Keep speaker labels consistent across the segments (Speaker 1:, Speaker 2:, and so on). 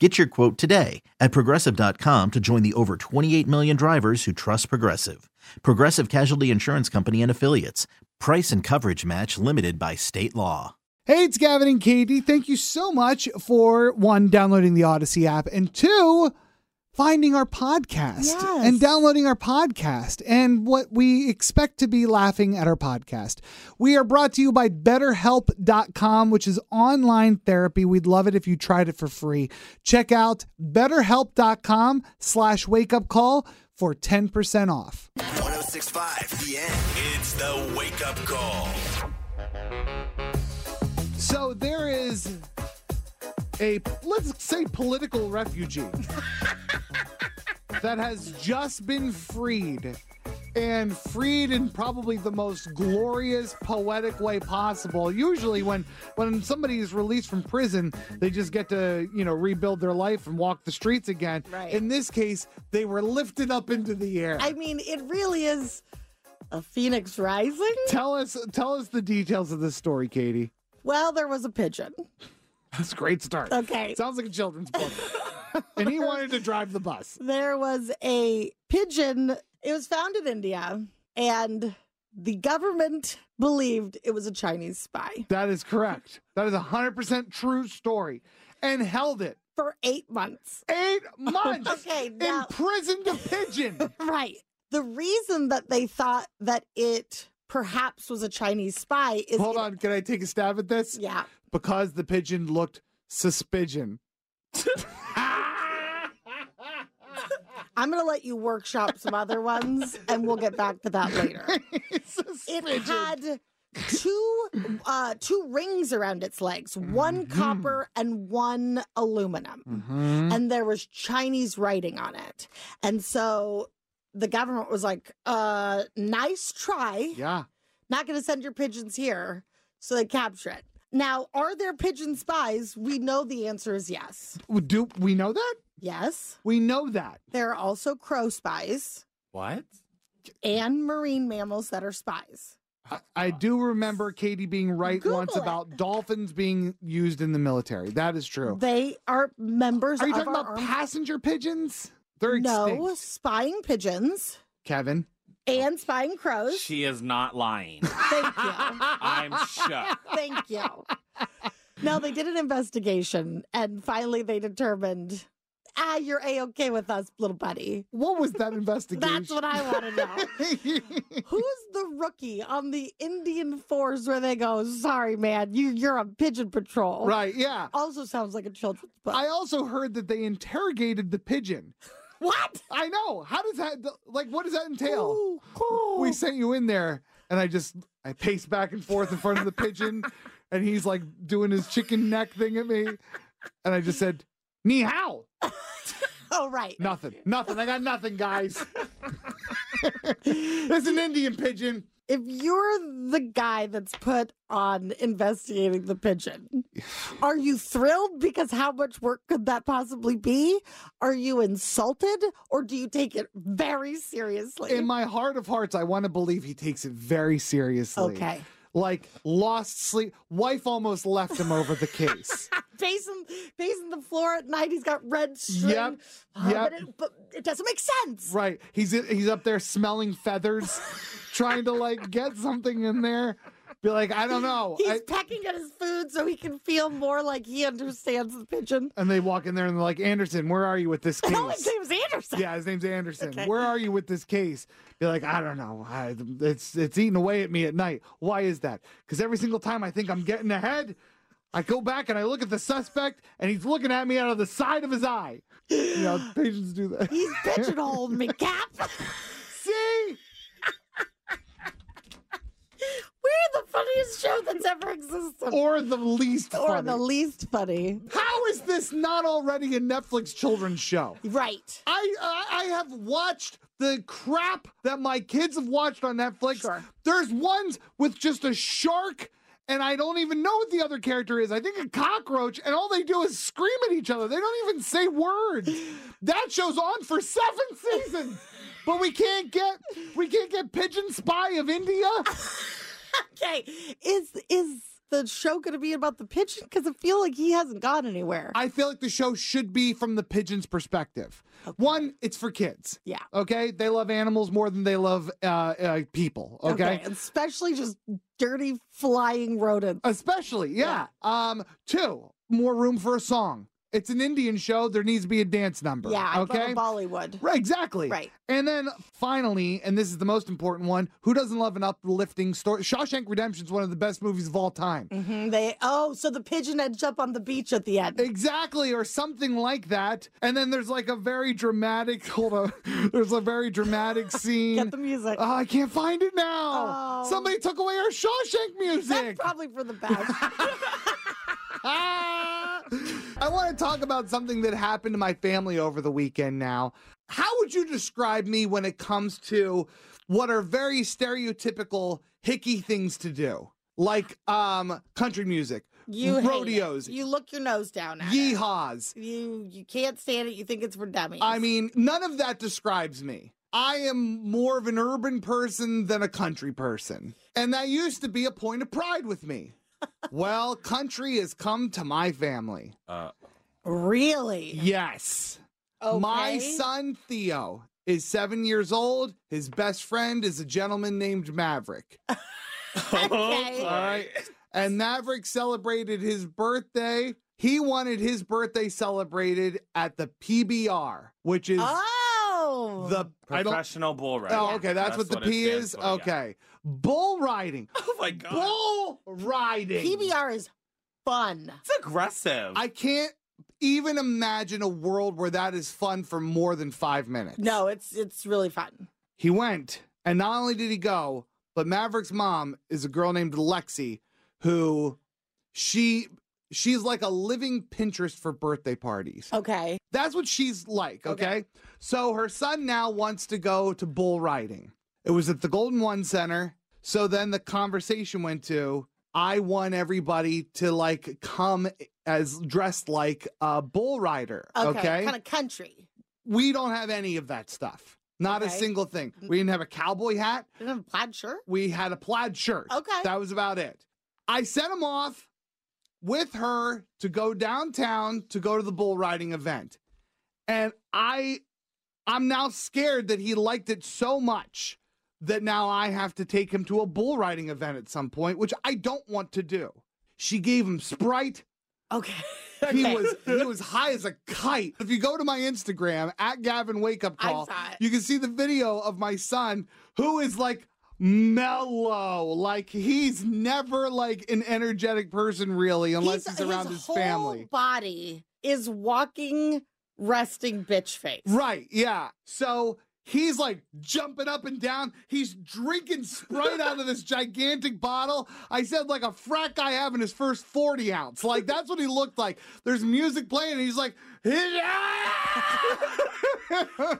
Speaker 1: Get your quote today at progressive.com to join the over 28 million drivers who trust Progressive. Progressive Casualty Insurance Company and Affiliates. Price and coverage match limited by state law.
Speaker 2: Hey, it's Gavin and Katie. Thank you so much for one, downloading the Odyssey app, and two, finding our podcast and downloading our podcast and what we expect to be laughing at our podcast. We are brought to you by betterhelp.com, which is online therapy. We'd love it if you tried it for free. Check out betterhelp.com slash wake up call for 10% off.
Speaker 3: 1065 The End. It's the wake up call.
Speaker 2: So there is a let's say political refugee that has just been freed and freed in probably the most glorious poetic way possible usually when when somebody is released from prison they just get to you know rebuild their life and walk the streets again
Speaker 4: Right.
Speaker 2: in this case they were lifted up into the air
Speaker 4: I mean, it really is a phoenix rising.
Speaker 2: tell us tell us the details of this story katie
Speaker 4: Well, there was a pigeon.
Speaker 2: that's a great start
Speaker 4: Okay.
Speaker 2: sounds like a children's book and he wanted to drive the bus
Speaker 4: There was a pigeon. It was found in India, and the government believed it was a Chinese spy
Speaker 2: That is correct. That is a 100% true story. And held it
Speaker 4: for eight months.
Speaker 2: eight months.
Speaker 4: Okay, now-
Speaker 2: Imprisoned a pigeon.
Speaker 4: Right. The reason that they thought that it perhaps was a Chinese spy is.
Speaker 2: Hold on. Can I take a stab at this?
Speaker 4: Yeah.
Speaker 2: Because the pigeon looked suspicion.
Speaker 4: I'm going to let you workshop some other ones, and we'll get back to that later. it
Speaker 2: Suspicion.
Speaker 4: had two uh two rings around its legs one copper and one aluminum
Speaker 2: Mm-hmm.
Speaker 4: and there was chinese writing on it and so the government was like uh nice try
Speaker 2: yeah.
Speaker 4: not gonna send your pigeons here so they capture it now are there pigeon spies we know the answer is yes
Speaker 2: W- Do we know that?
Speaker 4: yes
Speaker 2: We know that.
Speaker 4: there are also crow spies
Speaker 5: What?
Speaker 4: and marine mammals that are spies
Speaker 2: I, I do remember Katie being right
Speaker 4: Google
Speaker 2: once
Speaker 4: it.
Speaker 2: about dolphins being used in the military. That is true.
Speaker 4: they are members
Speaker 2: Are you
Speaker 4: of
Speaker 2: talking
Speaker 4: our
Speaker 2: about
Speaker 4: armed
Speaker 2: passenger pigeons? They're extinct.
Speaker 4: No, spying pigeons
Speaker 2: Kevin.
Speaker 4: and spying crows.
Speaker 5: She is not lying.
Speaker 4: Thank you.
Speaker 5: I'm shook.
Speaker 4: Thank you. No, they did an investigation and finally they determined, ah, you're A okay with us, little buddy.
Speaker 2: What was that investigation?
Speaker 4: That's what I want to know. Who's the rookie on the Indian force where they go, sorry, man, you, you're on pigeon patrol?
Speaker 2: right, yeah.
Speaker 4: Also sounds like a children's book.
Speaker 2: I also heard that they interrogated the pigeon.
Speaker 4: what?
Speaker 2: I know. How does that like what does that entail?
Speaker 4: Ooh, ooh.
Speaker 2: We sent you in there and I just I paced back and forth in front of the pigeon and he's like doing his chicken neck thing at me and I just said, "Ni hao."
Speaker 4: oh, right.
Speaker 2: Nothing. Nothing. I got nothing, guys. it's an Indian pigeon.
Speaker 4: if you're the guy that's put on investigating the pigeon, are you thrilled because how much work could that possibly be? Are you insulted or do you take it very seriously?
Speaker 2: In my heart of hearts, I want to believe he takes it very seriously.
Speaker 4: okay.
Speaker 2: Like lost sleep. Wife almost left him over the case.
Speaker 4: Pacing, pacing the floor at night. He's got red string.
Speaker 2: Yep,
Speaker 4: Uh,
Speaker 2: yep.
Speaker 4: But, it, but it doesn't make sense.
Speaker 2: Right. He's he's up there smelling feathers, trying to like get something in there. Be like, I don't know.
Speaker 4: He's
Speaker 2: I-
Speaker 4: pecking at his food so he can feel more like he understands the pigeon.
Speaker 2: and they walk in there and they're like, Anderson, where are you with this
Speaker 4: Oh, his
Speaker 2: case?
Speaker 4: name's Anderson.
Speaker 2: yeah, his name's Anderson.
Speaker 4: Okay.
Speaker 2: Where are you with this case? Be like, I don't know. I, it's it's eating away at me at night. Why is that? Because every single time I think I'm getting ahead, I go back and I look at the suspect, and he's looking at me out of the side of his eye. You know, patients do that.
Speaker 4: He's pigeonholed me, Cap.
Speaker 2: See?
Speaker 4: We're the funniest show that's ever existed.
Speaker 2: Or the least
Speaker 4: Or
Speaker 2: funny.
Speaker 4: the least funny.
Speaker 2: How is this not already a Netflix children's show?
Speaker 4: Right.
Speaker 2: I uh, I have watched the crap that my kids have watched on Netflix.
Speaker 4: Sure.
Speaker 2: There's ones with just a shark and I don't even know what the other character is. I think a cockroach and all they do is scream at each other. They don't even say words. That show's on for 7 seasons. But we can't get we can't get Pigeon Spy of India.
Speaker 4: Okay. Is is the show going to be about the pigeon? Because I feel like he hasn't gone anywhere.
Speaker 2: I feel like the show should be from the pigeon's perspective. One, it's for kids.
Speaker 4: yeah.
Speaker 2: Okay, they love animals more than they love uh, uh, people. okay,
Speaker 4: Especially just dirty flying rodents.
Speaker 2: Especially, yeah. Um, two, more room for a song. It's an Indian show. There needs to be a dance number.
Speaker 4: yeah. I love
Speaker 2: Okay.
Speaker 4: Bollywood.
Speaker 2: Right, exactly.
Speaker 4: Right.
Speaker 2: And then finally, and this is the most important one who doesn't love an uplifting story? Shawshank Redemption is one of the best movies of all time.
Speaker 4: Mhm, They oh, so the pigeon ends up on the beach at the end.
Speaker 2: Exactly, or something like that. And then there's like a very dramatic, hold on, there's a very dramatic scene.
Speaker 4: Get the music.
Speaker 2: oh, I can't find it now.
Speaker 4: Oh.
Speaker 2: Somebody took away our Shawshank music.
Speaker 4: That's probably for the best.
Speaker 2: Ah! I want to talk about something that happened to my family over the weekend now. How would you describe me when it comes to what are very stereotypical hickey things to do? Like um country music,
Speaker 4: you hate it.
Speaker 2: rodeos,
Speaker 4: You look your nose down at it.
Speaker 2: yeehaws.
Speaker 4: You you can't stand it. You think it's for dummies.
Speaker 2: I mean, none of that describes me. I am more of an urban person than a country person. And that used to be a point of pride with me. well, country has come to my family.
Speaker 5: Uh,
Speaker 4: really.
Speaker 2: Yes.
Speaker 4: Okay.
Speaker 2: My son Theo is seven years old. His best friend is a gentleman named Maverick.
Speaker 4: Okay.
Speaker 5: all right.
Speaker 2: And Maverick celebrated his birthday. He wanted his birthday celebrated at the PBR, which is
Speaker 4: Oh.
Speaker 2: the I don't.
Speaker 5: Professional bull riding.
Speaker 2: Oh, okay. That's, what the
Speaker 5: it
Speaker 2: P
Speaker 5: stands
Speaker 2: is.
Speaker 5: for, yeah.
Speaker 2: okay. Bull riding.
Speaker 5: Oh my god.
Speaker 2: Bull riding.
Speaker 4: PBR is fun.
Speaker 5: It's aggressive.
Speaker 2: I can't even imagine a world where that is fun for more than five minutes.
Speaker 4: No, it's it's really fun.
Speaker 2: He went, and not only did he go, but Maverick's mom is a girl named Lexi, who she she's like a living Pinterest for birthday parties.
Speaker 4: Okay.
Speaker 2: That's what she's like, okay? So her son now wants to go to bull riding. It was at the Golden One Center. So then the conversation went to I want everybody to like come as dressed like a bull rider,
Speaker 4: Okay.
Speaker 2: okay?
Speaker 4: Kind of country.
Speaker 2: We don't have any of that stuff. Not a
Speaker 4: Okay.
Speaker 2: single thing. We didn't have a cowboy hat.
Speaker 4: You don't have a plaid shirt.
Speaker 2: We had a plaid shirt.
Speaker 4: Okay.
Speaker 2: That was about it. I sent him off with her to go downtown to go to the bull riding event. And I I'm now scared that he liked it so much that now I have to take him to a bull riding event at some point, which I don't want to do. She gave him Sprite.
Speaker 4: Okay.
Speaker 2: He
Speaker 4: Okay.
Speaker 2: was he was high as a kite. If you go to my Instagram at Gavin Wake Up
Speaker 4: I
Speaker 2: Call,
Speaker 4: saw it.
Speaker 2: you can see the video of my son who is like mellow, like he's never like an energetic person really, unless he's, around his,
Speaker 4: whole
Speaker 2: family.
Speaker 4: body is walking, resting bitch face.
Speaker 2: Right? Yeah. So. He's like jumping up and down. He's drinking Sprite out of this gigantic bottle. I said, like a frat guy having his first 40 ounce. Like, that's what he looked like. There's music playing, and he's like,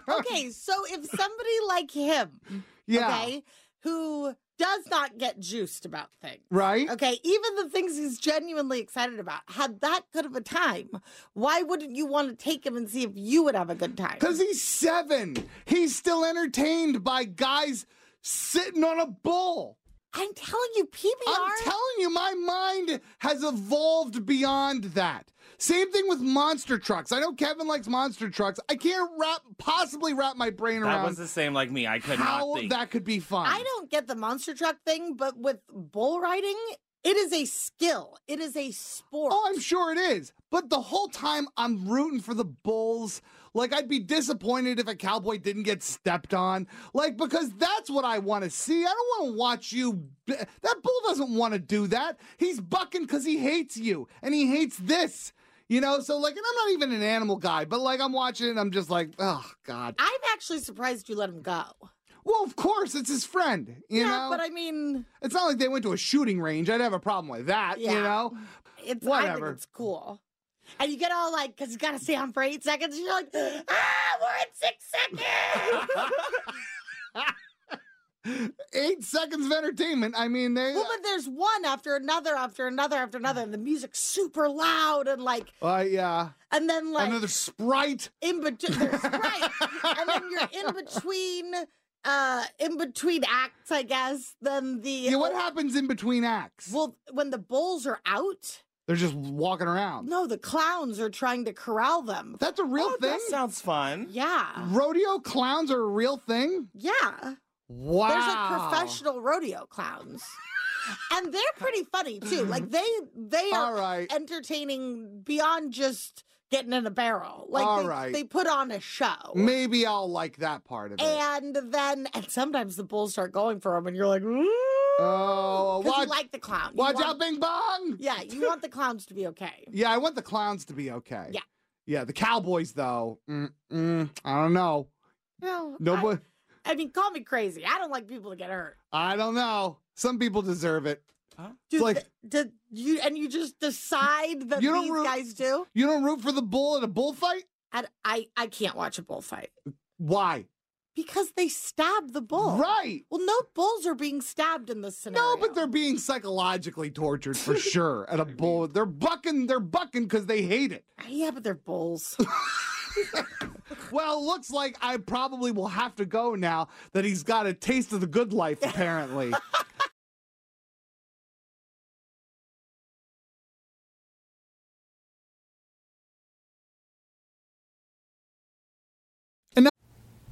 Speaker 4: Okay, so if somebody like him,
Speaker 2: Yeah.
Speaker 4: okay, who does not get juiced about things,
Speaker 2: Right?
Speaker 4: okay, even the things he's genuinely excited about, had that good of a time, why wouldn't you want to take him and see if you would have a good time?
Speaker 2: Because he's seven. He's still entertained by guys sitting on a bull.
Speaker 4: I'm telling you, PBR.
Speaker 2: I'm telling you, my mind has evolved beyond that. Same thing with monster trucks. I know Kevin likes monster trucks. I can't wrap, possibly wrap my brain
Speaker 5: That
Speaker 2: around
Speaker 5: was the same like me. I could
Speaker 2: how
Speaker 5: not think.
Speaker 2: that could be fun.
Speaker 4: I don't get the monster truck thing, but with bull riding, it is a skill. It is a sport.
Speaker 2: Oh, I'm sure it is. But the whole time I'm rooting for the Bulls. Like I'd be disappointed if a cowboy didn't get stepped on. Like because that's what I want to see. I don't want to watch you. b- That bull doesn't want to do that. He's bucking because he hates you and he hates this. You know. So like, and I'm not even an animal guy, but like I'm watching and I'm just like, oh god.
Speaker 4: I'm actually surprised you let him go.
Speaker 2: Well, of course it's his friend. You
Speaker 4: yeah,
Speaker 2: know.
Speaker 4: but I mean,
Speaker 2: it's not like they went to a shooting range. I'd have a problem with that. You
Speaker 4: Yeah.
Speaker 2: know.
Speaker 4: it's I think
Speaker 2: Whatever.
Speaker 4: it's cool. And you get all like, because you got to stay on for eight seconds. You're like, ah, we're at six seconds.
Speaker 2: Eight seconds of entertainment. I mean, they.
Speaker 4: well, but there's one after another after another after another,
Speaker 2: Mm.
Speaker 4: and the music's super loud and like,
Speaker 2: Uh, yeah.
Speaker 4: and then like
Speaker 2: Another Sprite.
Speaker 4: in between, right? and then you're in between, uh, in between acts, I guess. Then the
Speaker 2: Yeah, what happens in between acts?
Speaker 4: Well, when the bulls are out,
Speaker 2: They're just walking around.
Speaker 4: no, the clowns are trying to corral them.
Speaker 2: That's a real
Speaker 5: Oh,
Speaker 2: thing?
Speaker 5: That sounds fun.
Speaker 4: Yeah.
Speaker 2: Rodeo clowns are a real thing?
Speaker 4: Yeah.
Speaker 2: Wow.
Speaker 4: There's like professional rodeo clowns. and they're pretty funny too. Like they
Speaker 2: Mm-hmm.
Speaker 4: they
Speaker 2: All
Speaker 4: are
Speaker 2: right.
Speaker 4: entertaining beyond just getting in a barrel. Like
Speaker 2: All
Speaker 4: they,
Speaker 2: right.
Speaker 4: they put on a show.
Speaker 2: Maybe I'll like that part of it.
Speaker 4: and then and sometimes the bulls start going for them and you're like, "Ooh,"
Speaker 2: oh,
Speaker 4: 'cause
Speaker 2: watch,
Speaker 4: you like the clown. You
Speaker 2: watch
Speaker 4: want-
Speaker 2: out, Bing Bong.
Speaker 4: Yeah, you want the clowns to be okay.
Speaker 2: Yeah, I want the clowns to be okay.
Speaker 4: Yeah.
Speaker 2: Yeah, the cowboys, though. Mm-mm, I don't know.
Speaker 4: No,
Speaker 2: Nobody.
Speaker 4: I, I mean, call me crazy. I don't like people to get hurt.
Speaker 2: I don't know. Some people deserve it.
Speaker 4: Dude,
Speaker 2: It's like-
Speaker 4: th- did you and you just decide that
Speaker 2: You don't
Speaker 4: these
Speaker 2: root-
Speaker 4: guys do?
Speaker 2: You don't root for the bull at a bullfight?
Speaker 4: And I, I can't watch a bullfight
Speaker 2: Why?
Speaker 4: because they stab the bull.
Speaker 2: Right.
Speaker 4: Well, no bulls are being stabbed in this scenario.
Speaker 2: No, but they're being psychologically tortured for sure. At a bull, they're bucking. They're bucking because they hate it.
Speaker 4: yeah, but they're bulls.
Speaker 2: Well, looks like I probably will have to go now that he's got a taste of the good life. Apparently,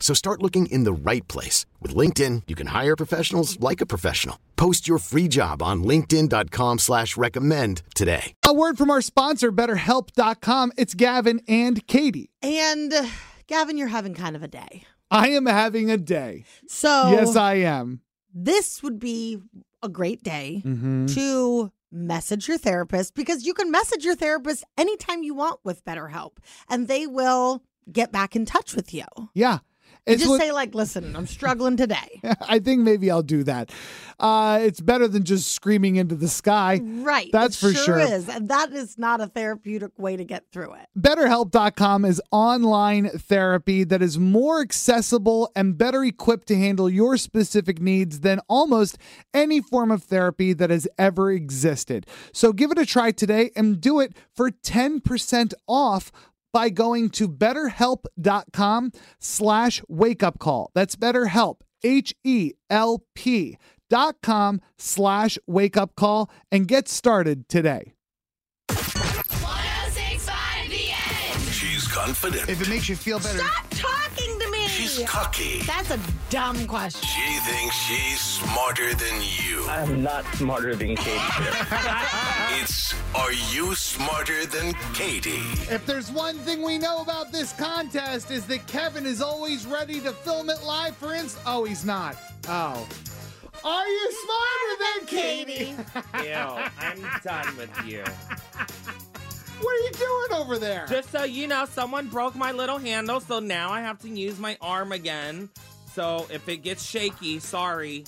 Speaker 6: So start looking in the right place. With LinkedIn, you can hire professionals like a professional. Post your free job on linkedin.com/recommend slash recommend today.
Speaker 2: a word from our sponsor, BetterHelp.com. It's Gavin and Katie.
Speaker 4: and uh, Gavin, you're having kind of a day.
Speaker 2: I am having a day.
Speaker 4: So
Speaker 2: Yes, I am.
Speaker 4: this would be a great day
Speaker 2: Mm-hmm.
Speaker 4: to message your therapist because you can message your therapist anytime you want with BetterHelp and they will get back in touch with you.
Speaker 2: Yeah. It's
Speaker 4: just
Speaker 2: what-
Speaker 4: say like, "Listen, I'm struggling today."
Speaker 2: I think maybe I'll do that. Uh, it's better than just screaming into the sky.
Speaker 4: Right.
Speaker 2: That's
Speaker 4: it
Speaker 2: for
Speaker 4: sure.
Speaker 2: sure.
Speaker 4: Is and that is not a therapeutic way to get through it.
Speaker 2: BetterHelp.com is online therapy that is more accessible and better equipped to handle your specific needs than almost any form of therapy that has ever existed. So give it a try today and do it for 10% off by going to betterhelp.com slash wake up call. That's betterhelp, H E L P dot com slash wake up call and get started today.
Speaker 3: She's confident.
Speaker 2: it makes you feel better.
Speaker 4: Stop talking to me.
Speaker 3: She's cocky.
Speaker 4: That's a dumb question.
Speaker 3: She thinks she's smarter than you.
Speaker 7: I'm not smarter than Katie.
Speaker 3: It's Are You Smarter Than Katie?
Speaker 2: If there's one thing we know about this contest is that Kevin is always ready to film it live for instance. Oh, he's not. Oh. Are you smarter than Katie?
Speaker 5: Ew, I'm done with you.
Speaker 2: What are you doing over there?
Speaker 5: Just so you know, someone broke my little handle, so now I have to use my arm again. So if it gets shaky, sorry.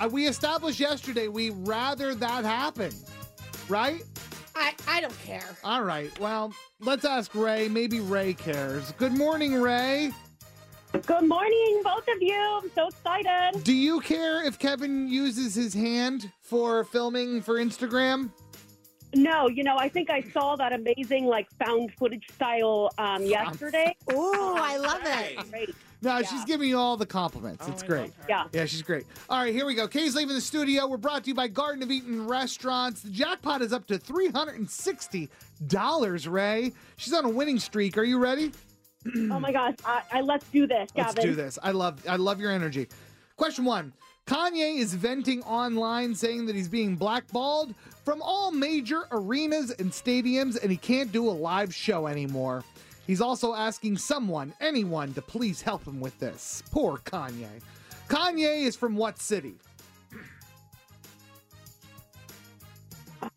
Speaker 2: Uh, we established yesterday we rather that happen. Right?
Speaker 4: I, I don't care.
Speaker 2: All right. Well, let's ask Ray. Maybe Ray cares. Good morning, Ray.
Speaker 8: Good morning, both of you. I'm so excited.
Speaker 2: Do you care if Kevin uses his hand for filming for Instagram?
Speaker 8: No, you know, I think I saw that amazing, like, found footage style um, yesterday.
Speaker 4: Ooh,
Speaker 2: Oh,
Speaker 4: I love it.
Speaker 8: Great.
Speaker 2: No, she's giving you all the compliments.
Speaker 5: Oh,
Speaker 2: it's great.
Speaker 8: Yeah.
Speaker 2: Yeah, she's great. All right, here we go. Katie's leaving the studio. We're brought to you by Garden of Eaton Restaurants. The jackpot is up to $360, Ray. She's on a winning streak. Are you ready?
Speaker 8: Oh my gosh. I, I let's do this, Gavin.
Speaker 2: Let's do this. I love I love your energy. Question 1. Kanye is venting online saying that he's being blackballed from all major arenas and stadiums and he can't do a live show anymore. He's also asking someone, anyone, to please help him with this. Poor Kanye. Kanye is from what city?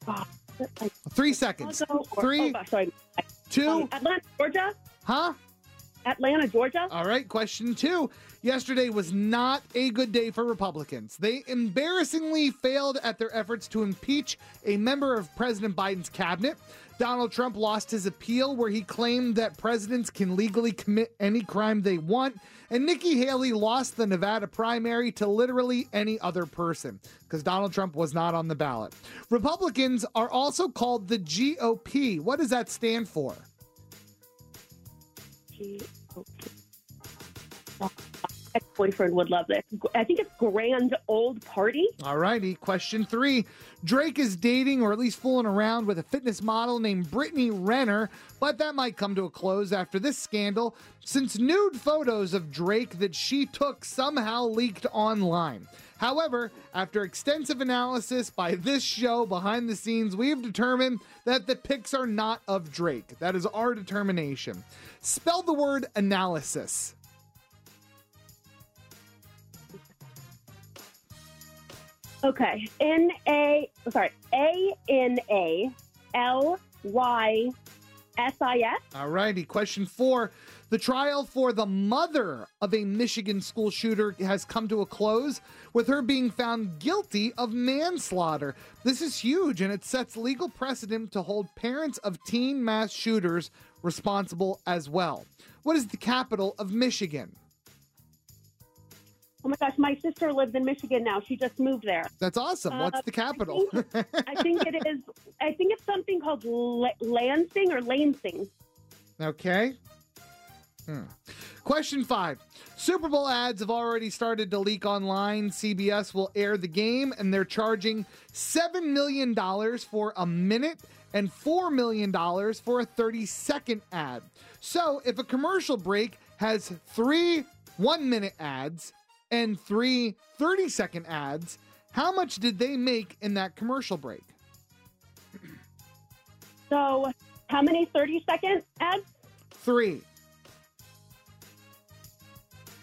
Speaker 8: Uh, Like,
Speaker 2: Three seconds.
Speaker 8: Chicago or-
Speaker 2: Three,
Speaker 8: oh gosh, sorry.
Speaker 2: two,
Speaker 8: Um, Atlanta, Georgia.
Speaker 2: huh?
Speaker 8: Atlanta, Georgia.
Speaker 2: All right, question two. Yesterday was not a good day for Republicans. They embarrassingly failed at their efforts to impeach a member of President Biden's cabinet. Donald Trump lost his appeal where he claimed that presidents can legally commit any crime they want. And Nikki Haley lost the Nevada primary to literally any other person because Donald Trump was not on the ballot. Republicans are also called the GOP. What does that stand for?
Speaker 8: Gee, okay. Oh, My boyfriend would love this. I think it's Grand Old Party.
Speaker 2: All righty. Question three. Drake is dating or at least fooling around with a fitness model named Brittany Renner, but that might come to a close after this scandal since nude photos of Drake that she took somehow leaked online. However, after extensive analysis by this show behind the scenes, we have determined that the pics are not of Drake. That is our determination. Spell the word analysis.
Speaker 8: Okay. N A sorry, A N A L Y S I S.
Speaker 2: All righty. Question four. The trial for the mother of a Michigan school shooter has come to a close, with her being found guilty of manslaughter. This is huge, and it sets legal precedent to hold parents of teen mass shooters responsible as well. What is the capital of Michigan?
Speaker 8: Oh my gosh, my sister lives in Michigan now. She just moved there.
Speaker 2: That's awesome. What's
Speaker 8: Uh,
Speaker 2: the capital?
Speaker 8: I I think it is. I think it's something called La- Lansing or Lansing.
Speaker 2: Okay. Hmm. Question five. Super Bowl ads have already started to leak online. CBS will air the game, and they're charging $7 million for a minute and $4 million for a 30 second ad. So if a commercial break has three one minute ads and three 30 second ads, how much did they make in that commercial break?
Speaker 8: So, how many thirty-second ads?
Speaker 2: Three.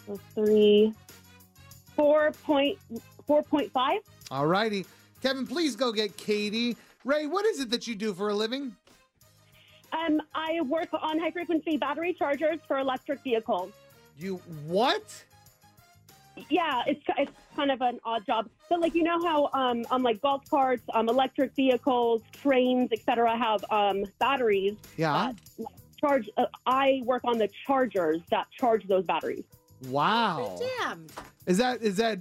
Speaker 8: So three, four point four point five.
Speaker 2: All righty. Kevin, please go get Katie. Ray, what is it that you do for a living?
Speaker 8: Um, I work on high frequency battery chargers for electric vehicles.
Speaker 9: You what?
Speaker 8: Yeah, it's it's kind of an odd job, but like you know how um, on like golf carts, um, electric vehicles, trains, etc., have um, batteries.
Speaker 2: Yeah.
Speaker 8: Charge. Uh, I work on the chargers that charge those batteries.
Speaker 2: Wow.
Speaker 4: Damn.
Speaker 2: Is that is that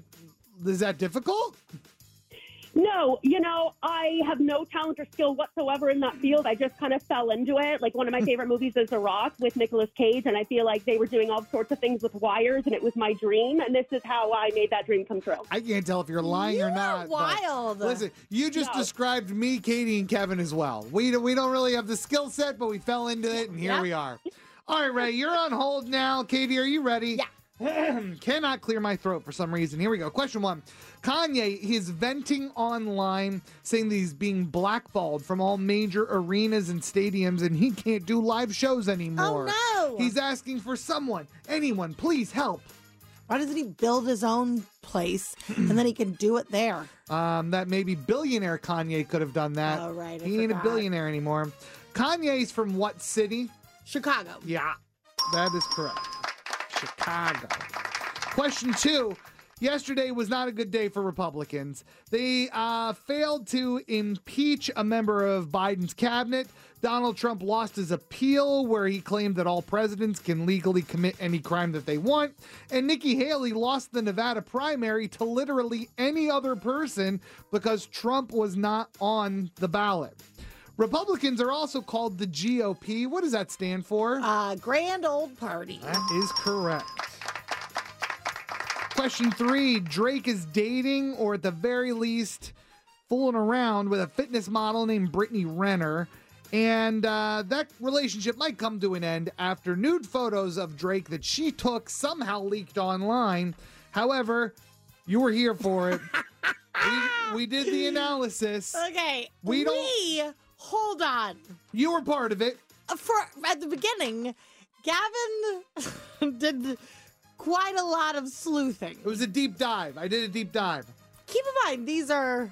Speaker 2: is that difficult?
Speaker 8: No, you know, I have no talent or skill whatsoever in that field. I just kind of fell into it. Like one of my
Speaker 4: Hmm.
Speaker 8: favorite movies is The Rock with Nicolas Cage, and I feel like they were doing all sorts of things with wires, and it was my dream. And this is how I made that dream come true.
Speaker 2: I can't tell if you're lying
Speaker 8: You
Speaker 2: or
Speaker 8: are
Speaker 2: not. but
Speaker 8: wild.
Speaker 2: Listen, you just described me, Katie, and Kevin as well. We don't- we don't really have the skill set, but we fell into it, and here
Speaker 9: Yeah.
Speaker 2: we are. All right, Ray, you're on hold now. Katie, are you ready? Yeah. Cannot clear my throat for some reason. Here we go. Question one Kanye is venting online saying that he's being blackballed from all major arenas and stadiums and he can't do live shows anymore.
Speaker 4: Oh, no.
Speaker 2: He's asking for someone, anyone, please help.
Speaker 4: Why doesn't he build his own place and then he can do it there?
Speaker 2: Um, that maybe billionaire Kanye could have done that.
Speaker 4: Oh, right, I
Speaker 2: he ain't a
Speaker 4: forgot.
Speaker 2: billionaire anymore. Kanye's from what city?
Speaker 4: Chicago.
Speaker 2: Yeah, that is correct. Chicago. Question two. Yesterday was not a good day for Republicans. They uh, failed to impeach a member of Biden's cabinet. Donald Trump lost his appeal, where he claimed that all presidents can legally commit any crime that they want. And Nikki Haley lost the Nevada primary to literally any other person because Trump was not on the ballot. Republicans are also called the GOP. What does that stand for?
Speaker 4: Uh, Grand Old Party.
Speaker 2: That is correct. Question three Drake is dating, or at the very least, fooling around with a fitness model named Brittany Renner. And uh, that relationship might come to an end after nude photos of Drake that she took somehow leaked online. However, you were here for it. we, we did the analysis.
Speaker 4: Okay.
Speaker 2: We don't-
Speaker 4: hold on. Uh,
Speaker 2: You were part of it.
Speaker 4: For at the beginning, Gavin did quite a lot of sleuthing. It
Speaker 2: was a deep dive. I did a deep dive.
Speaker 4: Keep in mind these are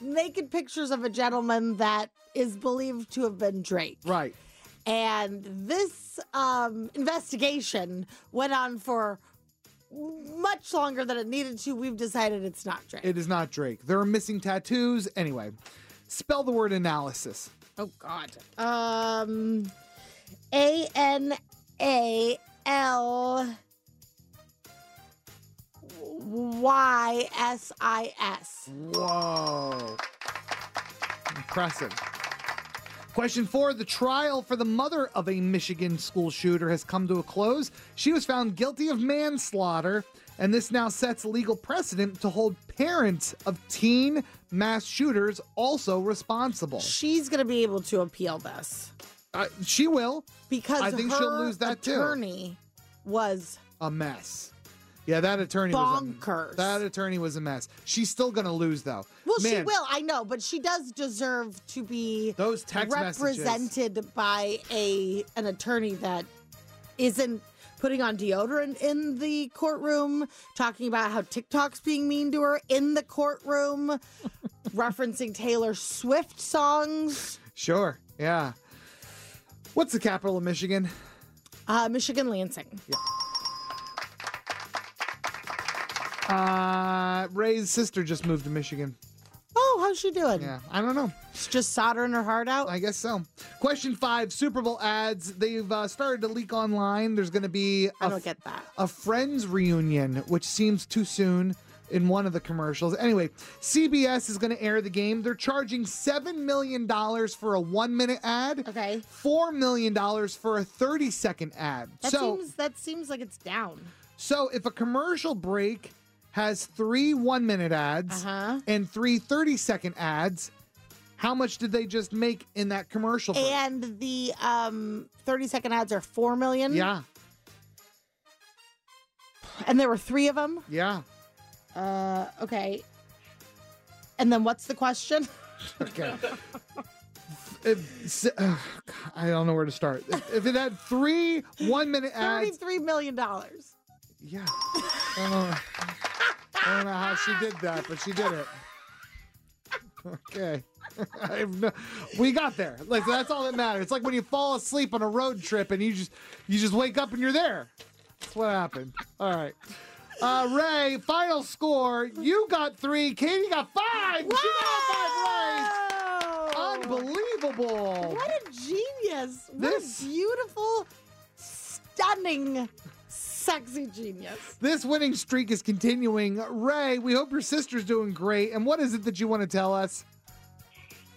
Speaker 4: naked pictures of a gentleman that is believed to have been Drake.
Speaker 2: Right.
Speaker 4: And this um, investigation went on for much longer than it needed to. We've decided it's not Drake.
Speaker 2: It is not Drake. There are missing tattoos. Anyway, spell the word analysis.
Speaker 4: Oh God. Um, A N A L Y S I S.
Speaker 2: Whoa. Impressive. Question four The trial for the mother of a Michigan school shooter has come to a close. She was found guilty of manslaughter, and this now sets legal precedent to hold parents of teen mass shooters also responsible.
Speaker 4: She's gonna be able to appeal this
Speaker 2: Uh, she will.
Speaker 4: because
Speaker 2: I think
Speaker 4: her
Speaker 2: she'll lose that too.
Speaker 4: attorney was
Speaker 2: a mess. Yeah, that attorney was
Speaker 4: Bonkers.
Speaker 2: a, that attorney was a mess. She's still gonna lose though.
Speaker 4: well. She
Speaker 2: Man,
Speaker 4: will. I know, but she does deserve to be
Speaker 2: Those text messages.
Speaker 4: represented by a an attorney that isn't putting on deodorant in the courtroom, talking about how TikTok's being mean to her in the courtroom, referencing Taylor Swift songs.
Speaker 2: Sure. Yeah. What's the capital of Michigan?
Speaker 4: Uh, Michigan Lansing.
Speaker 2: Uh, Ray's sister just moved to Michigan.
Speaker 4: Oh, how's she doing?
Speaker 2: Yeah, I don't know.
Speaker 4: She's just soldering her heart out.
Speaker 2: I guess so. Question five: Super Bowl ads. They've uh, started to leak online. There's going to be. I
Speaker 4: I don't get that.
Speaker 2: a friends reunion, which seems too soon in one of the commercials. Anyway, CBS is going to air the game. They're charging $7 million for a one minute ad.
Speaker 4: Okay.
Speaker 2: $4 million for a 30 second ad.
Speaker 4: That
Speaker 2: so,
Speaker 4: seems that seems like it's down.
Speaker 2: so if a commercial break has three one minute ads
Speaker 4: Uh-huh.
Speaker 2: and three 30 second ads, how much did they just make in that commercial break?
Speaker 4: And the um 30 second ads are 4 million.
Speaker 2: yeah.
Speaker 4: And there were 3 of them.
Speaker 2: Yeah.
Speaker 4: Uh okay. And then what's the question?
Speaker 2: Okay. If, s- ugh, God, I don't know where to start. If, if it had three one minute ads,
Speaker 4: 33 million dollars.
Speaker 2: yeah. I don't, know, I don't know how she did that, but she did it. Okay. I have no, we got there. Like that's all that matters. It's like when you fall asleep on a road trip and you just you just wake up and you're there. That's what happened. All right. Uh, Ray, final score. You got three. Katie got five. She got five right. Unbelievable.
Speaker 4: What a genius. What
Speaker 2: This-
Speaker 4: a beautiful, stunning, sexy genius.
Speaker 2: This winning streak is continuing. Ray, we hope your sister's doing great. And what is it that you want to tell us?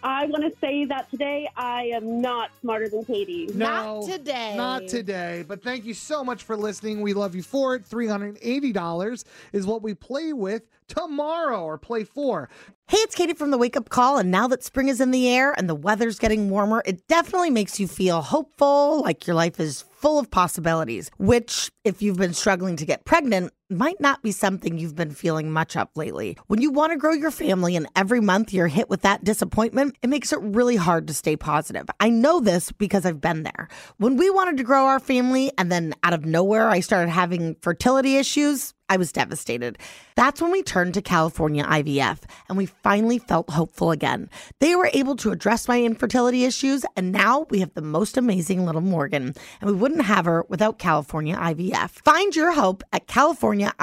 Speaker 8: I want to say that today I am not smarter than Katie.
Speaker 2: No, Not today. But thank you so much for listening. We love you for it. $380 is what we play with tomorrow or play for.
Speaker 4: Hey, it's Katie from the Wake Up Call. And now that spring is in the air and the weather's getting warmer, it definitely makes you feel hopeful, like your life is full of possibilities, which, if you've been struggling to get pregnant, might not be something you've been feeling much of lately. When you want to grow your family and every month you're hit with that disappointment, it makes it really hard to stay positive. I know this because I've been there. When we wanted to grow our family and then out of nowhere I started having fertility issues, I was devastated. That's when we turned to California IVF and we finally felt hopeful again. They were able to address my infertility issues, and now we have the most amazing little Morgan, and we wouldn't have her without California IVF. Find your hope at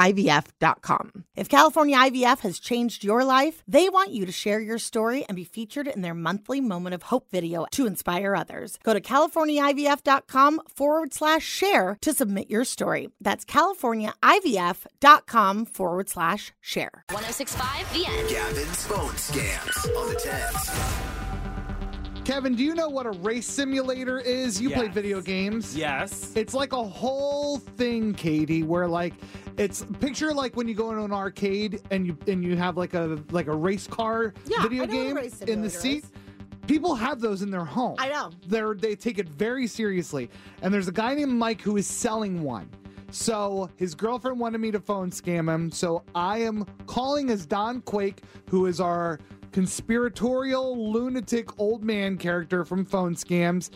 Speaker 4: CaliforniaIVF.com. If California IVF has changed your life, they want you to share your story and be featured in their monthly Moment of Hope video to inspire others. Go to CaliforniaIVF.com forward slash share to submit your story. That's CaliforniaIVF.com forward slash share.
Speaker 9: 1065 The End.
Speaker 3: Gavin's phone scams on the test.
Speaker 2: Kevin, do you know what a race simulator is? You play video games.
Speaker 5: Yes.
Speaker 2: It's like a whole thing, Katie, where like it's picture like when you go into an arcade and you and you have like a like a race car
Speaker 4: Yeah,
Speaker 2: video
Speaker 4: I know what a
Speaker 2: game
Speaker 4: race
Speaker 2: in the
Speaker 4: simulator
Speaker 2: seat. People have those in their home.
Speaker 4: I know.
Speaker 2: They're they take it very seriously. And there's a guy named Mike who is selling one. So his girlfriend wanted me to phone scam him. So I am calling as Don Quake, who is our conspiratorial lunatic old man character from phone scams,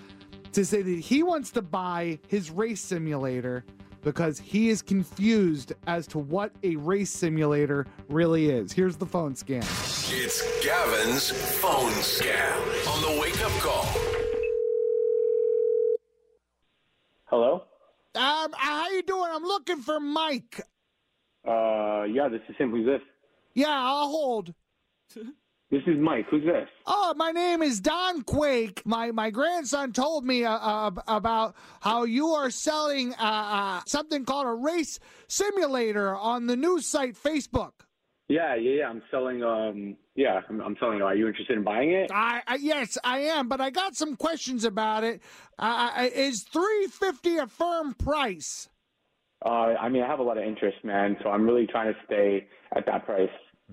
Speaker 2: to say that he wants to buy his race simulator because he is confused as to what a race simulator really is. Here's the phone scam.
Speaker 3: It's Gavin's phone scam on the wake up call.
Speaker 7: Hello?
Speaker 2: Um, how you doing? I'm looking for Mike.
Speaker 7: Uh, yeah, this is simply this.
Speaker 2: Yeah, I'll hold.
Speaker 7: This is Mike. Who's this?
Speaker 2: Oh, my name is Don Quake. My my grandson told me uh, uh, about how you are selling uh, uh, something called a race simulator on the news site Facebook.
Speaker 7: Yeah, yeah, yeah. I'm selling, um, yeah, I'm, I'm selling. Are you interested in buying it?
Speaker 2: I, I yes, I am, but I got some questions about it. Uh, I- is three fifty a firm price?
Speaker 7: Uh, I mean, I have a lot of interest, man, so I'm really trying to stay at that price.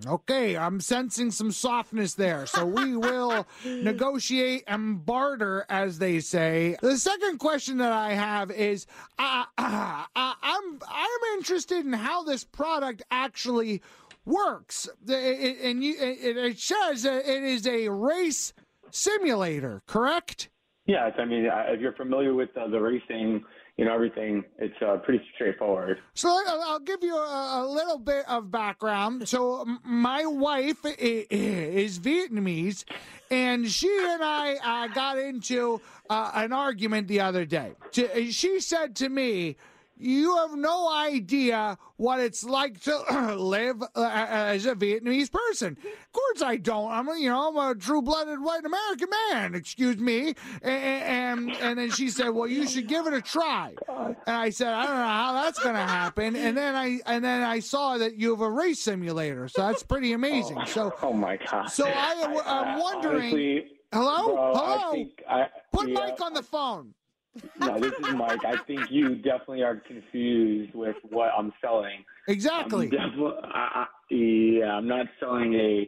Speaker 2: Okay, I'm sensing some softness there. So we will negotiate and barter, as they say. The second question that I have is, uh, uh, uh, I'm I'm interested in how this product actually works. The- it- it- and you, it, it says that it is a race simulator, correct?
Speaker 7: Yeah, it's, I mean, I- if you're familiar with uh, the racing, you know, everything, it's uh, pretty straightforward.
Speaker 2: So I'll I'll give you a, a little bit of background. So m- my wife i- i- is Vietnamese, and she and I uh, got into uh, an argument the other day. T- She said to me, "You have no idea what it's like to live uh, as a Vietnamese person." Of course, I don't. I'm, a- you know, I'm a true-blooded white American man. Excuse me. A- a- And and then she said, "Well, you should give it a try." And I said, "I don't know how that's going to happen." And then I and then I saw that you have a race simulator, so that's pretty amazing. So
Speaker 7: Oh my god. uh,
Speaker 2: so I am I'm wondering.
Speaker 7: honestly,
Speaker 2: hello,
Speaker 7: bro, I
Speaker 2: hello.
Speaker 7: think I-
Speaker 2: Put
Speaker 7: yeah.
Speaker 2: Mike on the phone.
Speaker 7: No, this is Mike. I think you definitely are confused with what I'm selling.
Speaker 2: Exactly.
Speaker 7: I'm defi- I, I, yeah, I'm not selling a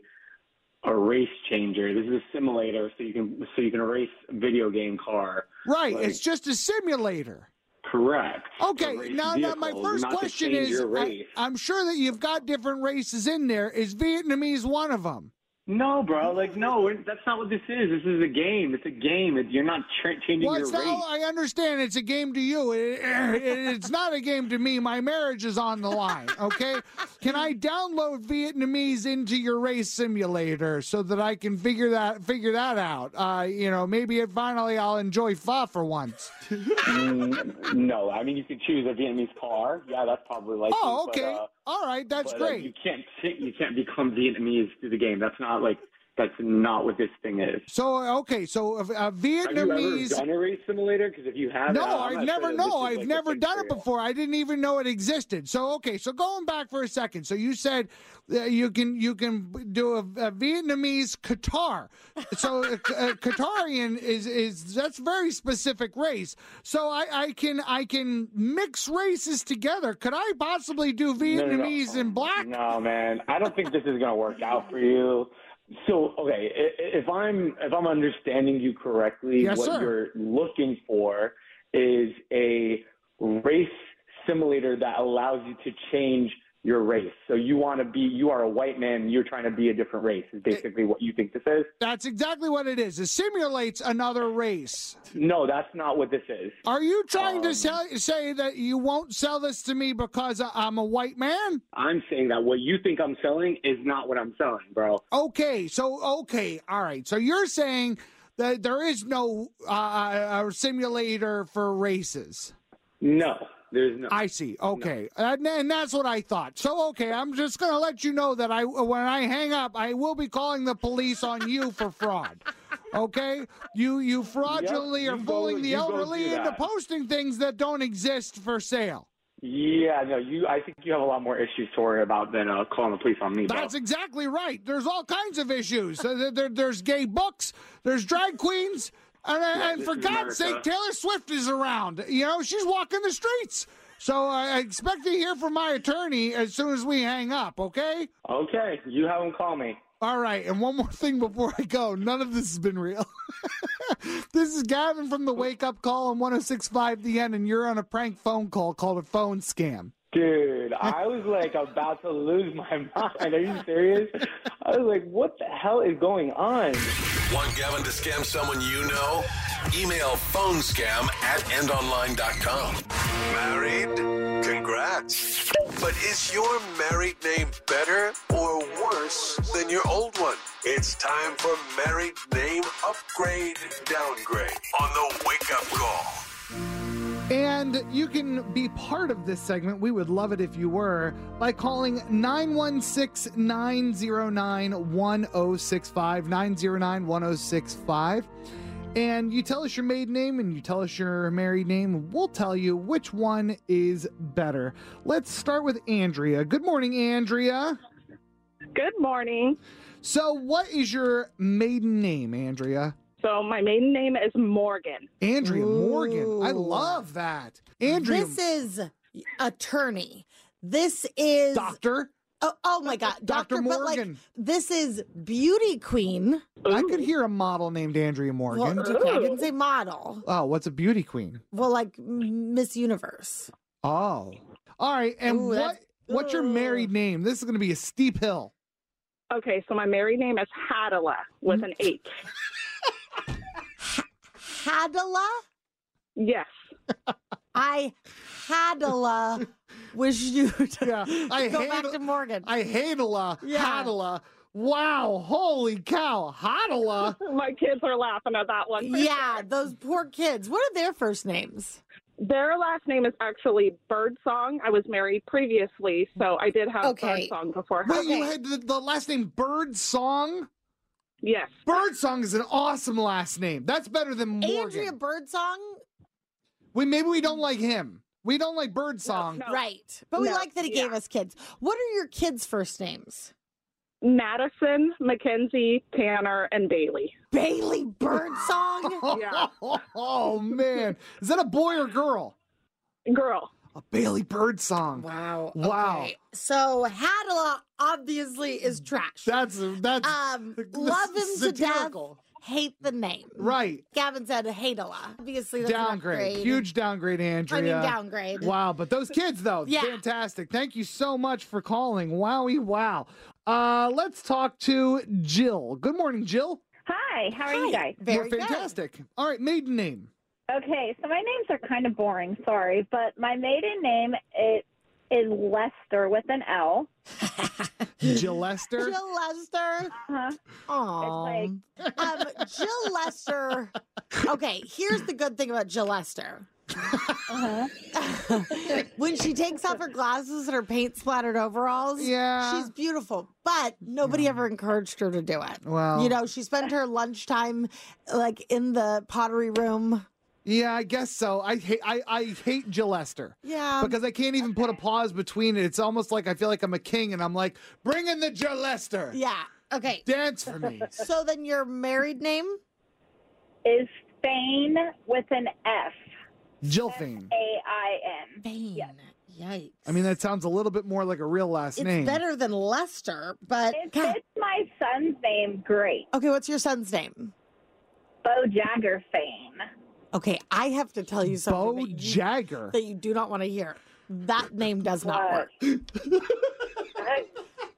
Speaker 7: a race changer. This is a simulator, so you can so you can race a video game car.
Speaker 2: Right,
Speaker 7: Like,
Speaker 2: it's just a simulator.
Speaker 7: correct.
Speaker 2: Okay, now, now my
Speaker 7: vehicle,
Speaker 2: first
Speaker 7: not to
Speaker 2: question
Speaker 7: change
Speaker 2: is:
Speaker 7: your
Speaker 2: I,
Speaker 7: race.
Speaker 2: I'm sure that you've got different races in there. Is Vietnamese one of them?
Speaker 7: No, bro. Like, no, we're, that's not what this is. This is a game. It's a game. It, you're not tra- changing
Speaker 2: Well,
Speaker 7: your
Speaker 2: it's not,
Speaker 7: race.
Speaker 2: I understand it's a game to you. It- it- it's not a game to me. My marriage is on the line, okay? Can I download Vietnamese into your race simulator so that I can figure that figure that out? Uh, you know, maybe it, finally I'll enjoy pho for once.
Speaker 7: Mm, no, I mean you could choose a Vietnamese car. Yeah, that's probably like. uh,
Speaker 2: Oh, okay. All right, that's great.
Speaker 7: you can't sit- you can't become Vietnamese through the game. That's not like that's not what this thing is.
Speaker 2: So okay, so uh, uh,
Speaker 7: Have you ever
Speaker 2: Vietnamese.
Speaker 7: done a race simulator? Because if you have,
Speaker 2: No,
Speaker 7: I'm not
Speaker 2: I've
Speaker 7: sure
Speaker 2: never
Speaker 7: that
Speaker 2: no,
Speaker 7: this is,
Speaker 2: I've
Speaker 7: like,
Speaker 2: never done it before. I didn't even know it existed. So okay, so going back for a second. So you said uh, you can you can do a, a Vietnamese Qatar. So a, a Qatarian is is that's very specific race. So I I can I can mix races together. Could I possibly do
Speaker 7: No, no, no.
Speaker 2: Vietnamese and black?
Speaker 7: No, man, I don't think this is gonna work out for you. So, okay, i- i- if I'm if I'm understanding you correctly,
Speaker 2: Yes,
Speaker 7: what
Speaker 2: sir.
Speaker 7: you're looking for is a race simulator that allows you to change your race. So you want to be you are a white man, you're trying to be a different race. Is basically what you think this is.
Speaker 2: That's exactly what it is. It simulates another race.
Speaker 7: No, that's not what this is.
Speaker 2: Are you trying
Speaker 7: Um,
Speaker 2: to sell, say that you won't sell this to me because I- I'm a white man?
Speaker 7: I'm saying that what you think I'm selling is not what I'm selling, bro.
Speaker 2: Okay, so okay, all right. So you're saying that there is no uh, uh, simulator for races.
Speaker 7: No, there's no.
Speaker 2: I see. Okay, and, and that's what I thought. So okay, I'm just gonna let you know that I when I hang up, I will be calling the police on you for fraud. Okay, you you fraudulently
Speaker 7: Yep,
Speaker 2: are
Speaker 7: you go-
Speaker 2: fooling the
Speaker 7: you go
Speaker 2: elderly
Speaker 7: do
Speaker 2: into
Speaker 7: that.
Speaker 2: posting things that don't exist for sale.
Speaker 7: Yeah, no, you. I think you have a lot more issues to worry about than uh, calling the police on me. Bro.
Speaker 2: That's exactly right. There's all kinds of issues. Uh, there- there- there's gay books. There's drag queens. And,
Speaker 7: Yeah,
Speaker 2: and
Speaker 7: this
Speaker 2: for
Speaker 7: is
Speaker 2: God's sake,
Speaker 7: America.
Speaker 2: Taylor Swift is around. You know, she's walking the streets. So uh, I I expect to hear from my attorney as soon as we hang up, okay?
Speaker 7: okay, you have them call me.
Speaker 2: All right, and one more thing before I go. None of this has been real. this is Gavin from the Wake Up Call on 1065 The End, and you're on a prank phone call called a phone scam.
Speaker 7: Dude, I was like about to lose my mind. Are you serious? I was like, what the hell is going on?
Speaker 3: Want Gavin to scam someone you know? Email phone scam at endonline.com. Married? Congrats. But is your married name better or worse than your old one? It's time for married name upgrade downgrade on the wake up call.
Speaker 2: And you can be part of this segment. We would love it if you were by calling 916 909 1065. 909 1065. And you tell us your maiden name and you tell us your married name. and We'll tell you which one is better. Let's start with Andrea. Good morning, Andrea.
Speaker 9: Good morning.
Speaker 2: So, what is your maiden name, Andrea?
Speaker 9: So my maiden name is Morgan.
Speaker 2: Andrea Morgan. I love that. Andrea.
Speaker 4: This is attorney. This is
Speaker 2: doctor.
Speaker 4: Oh, oh my God,
Speaker 2: Dr.
Speaker 4: doctor, But like,
Speaker 2: Morgan.
Speaker 4: this is beauty queen.
Speaker 2: I could hear a model named Andrea Morgan.
Speaker 4: Well, okay, I didn't say model.
Speaker 2: Oh, what's a beauty queen?
Speaker 4: Well, like Miss Universe.
Speaker 2: Oh. All right. And
Speaker 4: Ooh,
Speaker 2: what
Speaker 4: that's-
Speaker 2: what's your married name? This is going to be a steep hill.
Speaker 9: Okay, so my married name is Hadala with an H.
Speaker 4: Hadala.
Speaker 9: Yes.
Speaker 4: I Hadala wish you to
Speaker 2: yeah, I
Speaker 4: go
Speaker 2: hate-
Speaker 4: back to Morgan.
Speaker 2: I hadala,
Speaker 4: Yeah.
Speaker 2: hadala. Wow, holy cow, hadala.
Speaker 9: My kids are laughing at that one. for
Speaker 4: Yeah,
Speaker 9: sure.
Speaker 4: those poor kids. What are their first names?
Speaker 9: Their last name is actually Birdsong. I was married previously, so I did have
Speaker 4: Okay.
Speaker 9: Birdsong before her.
Speaker 2: Wait, you had the, the last name Bird Song?
Speaker 9: Yes.
Speaker 2: Bird Song is an awesome last name. That's better than Morgan.
Speaker 4: Andrea Birdsong,
Speaker 2: we maybe we don't like him. We don't like Bird Song.
Speaker 4: right? But we
Speaker 9: No,
Speaker 4: like that he gave us kids. What are your kids' first names?
Speaker 9: Madison, Mackenzie, Tanner, and Bailey.
Speaker 4: Bailey Birdsong.
Speaker 9: Yeah.
Speaker 2: Oh man, is that a boy or girl?
Speaker 9: Girl.
Speaker 2: A Bailey Bird Song.
Speaker 4: wow.
Speaker 2: Wow.
Speaker 4: Okay. So Hadala obviously is trash.
Speaker 2: That's that's
Speaker 4: Um,
Speaker 2: this
Speaker 4: love him
Speaker 2: is
Speaker 4: to
Speaker 2: satirical.
Speaker 4: death. Hate the name.
Speaker 2: right.
Speaker 4: Gavin said Hadala. Obviously, that's an
Speaker 2: Downgrade,
Speaker 4: upgrade.
Speaker 2: huge downgrade,
Speaker 4: I mean,
Speaker 2: Andrea.
Speaker 4: downgrade.
Speaker 2: Wow, but those kids though,
Speaker 4: Yeah.
Speaker 2: fantastic. Thank you so much for calling. Wowie, wow. Uh, let's talk to Jill. Good morning, Jill.
Speaker 10: Hi, how are you guys?
Speaker 2: We're fantastic. All right, maiden name.
Speaker 10: Okay, so my names are kind of boring, sorry, but my maiden name it is Lester with an L.
Speaker 2: Jill Lester.
Speaker 4: Jill Lester.
Speaker 10: Uh-huh.
Speaker 4: Aw. um, Jill Lester. Okay, here's the good thing about Jill Lester.
Speaker 10: Uh-huh.
Speaker 4: when she takes off her glasses and her paint splattered overalls,
Speaker 2: Yeah.
Speaker 4: she's beautiful. But nobody ever encouraged her to do it.
Speaker 2: Well.
Speaker 4: you know, she spent her lunchtime like in the pottery room.
Speaker 2: Yeah, I guess so. I hate I, I hate Jill Lester.
Speaker 4: Yeah.
Speaker 2: Because I can't even put a pause between it. It's almost like I feel like I'm a king and I'm like, bring in the Jill Lester.
Speaker 4: Yeah. Okay.
Speaker 2: Dance for me.
Speaker 4: So then your married name
Speaker 10: is Fane with an F.
Speaker 2: Jill Fane.
Speaker 10: A I N.
Speaker 4: Fane. Yikes.
Speaker 2: I mean, that sounds a little bit more like a real last
Speaker 4: It's
Speaker 2: name.
Speaker 4: better than Lester, but
Speaker 10: It fits my son's name great.
Speaker 4: Okay, what's your son's name?
Speaker 10: Bo Jagger Fane.
Speaker 4: Okay, I have to tell you something.
Speaker 2: Bo
Speaker 4: that you-
Speaker 2: Jagger.
Speaker 4: That you do not want to hear. That name does not work.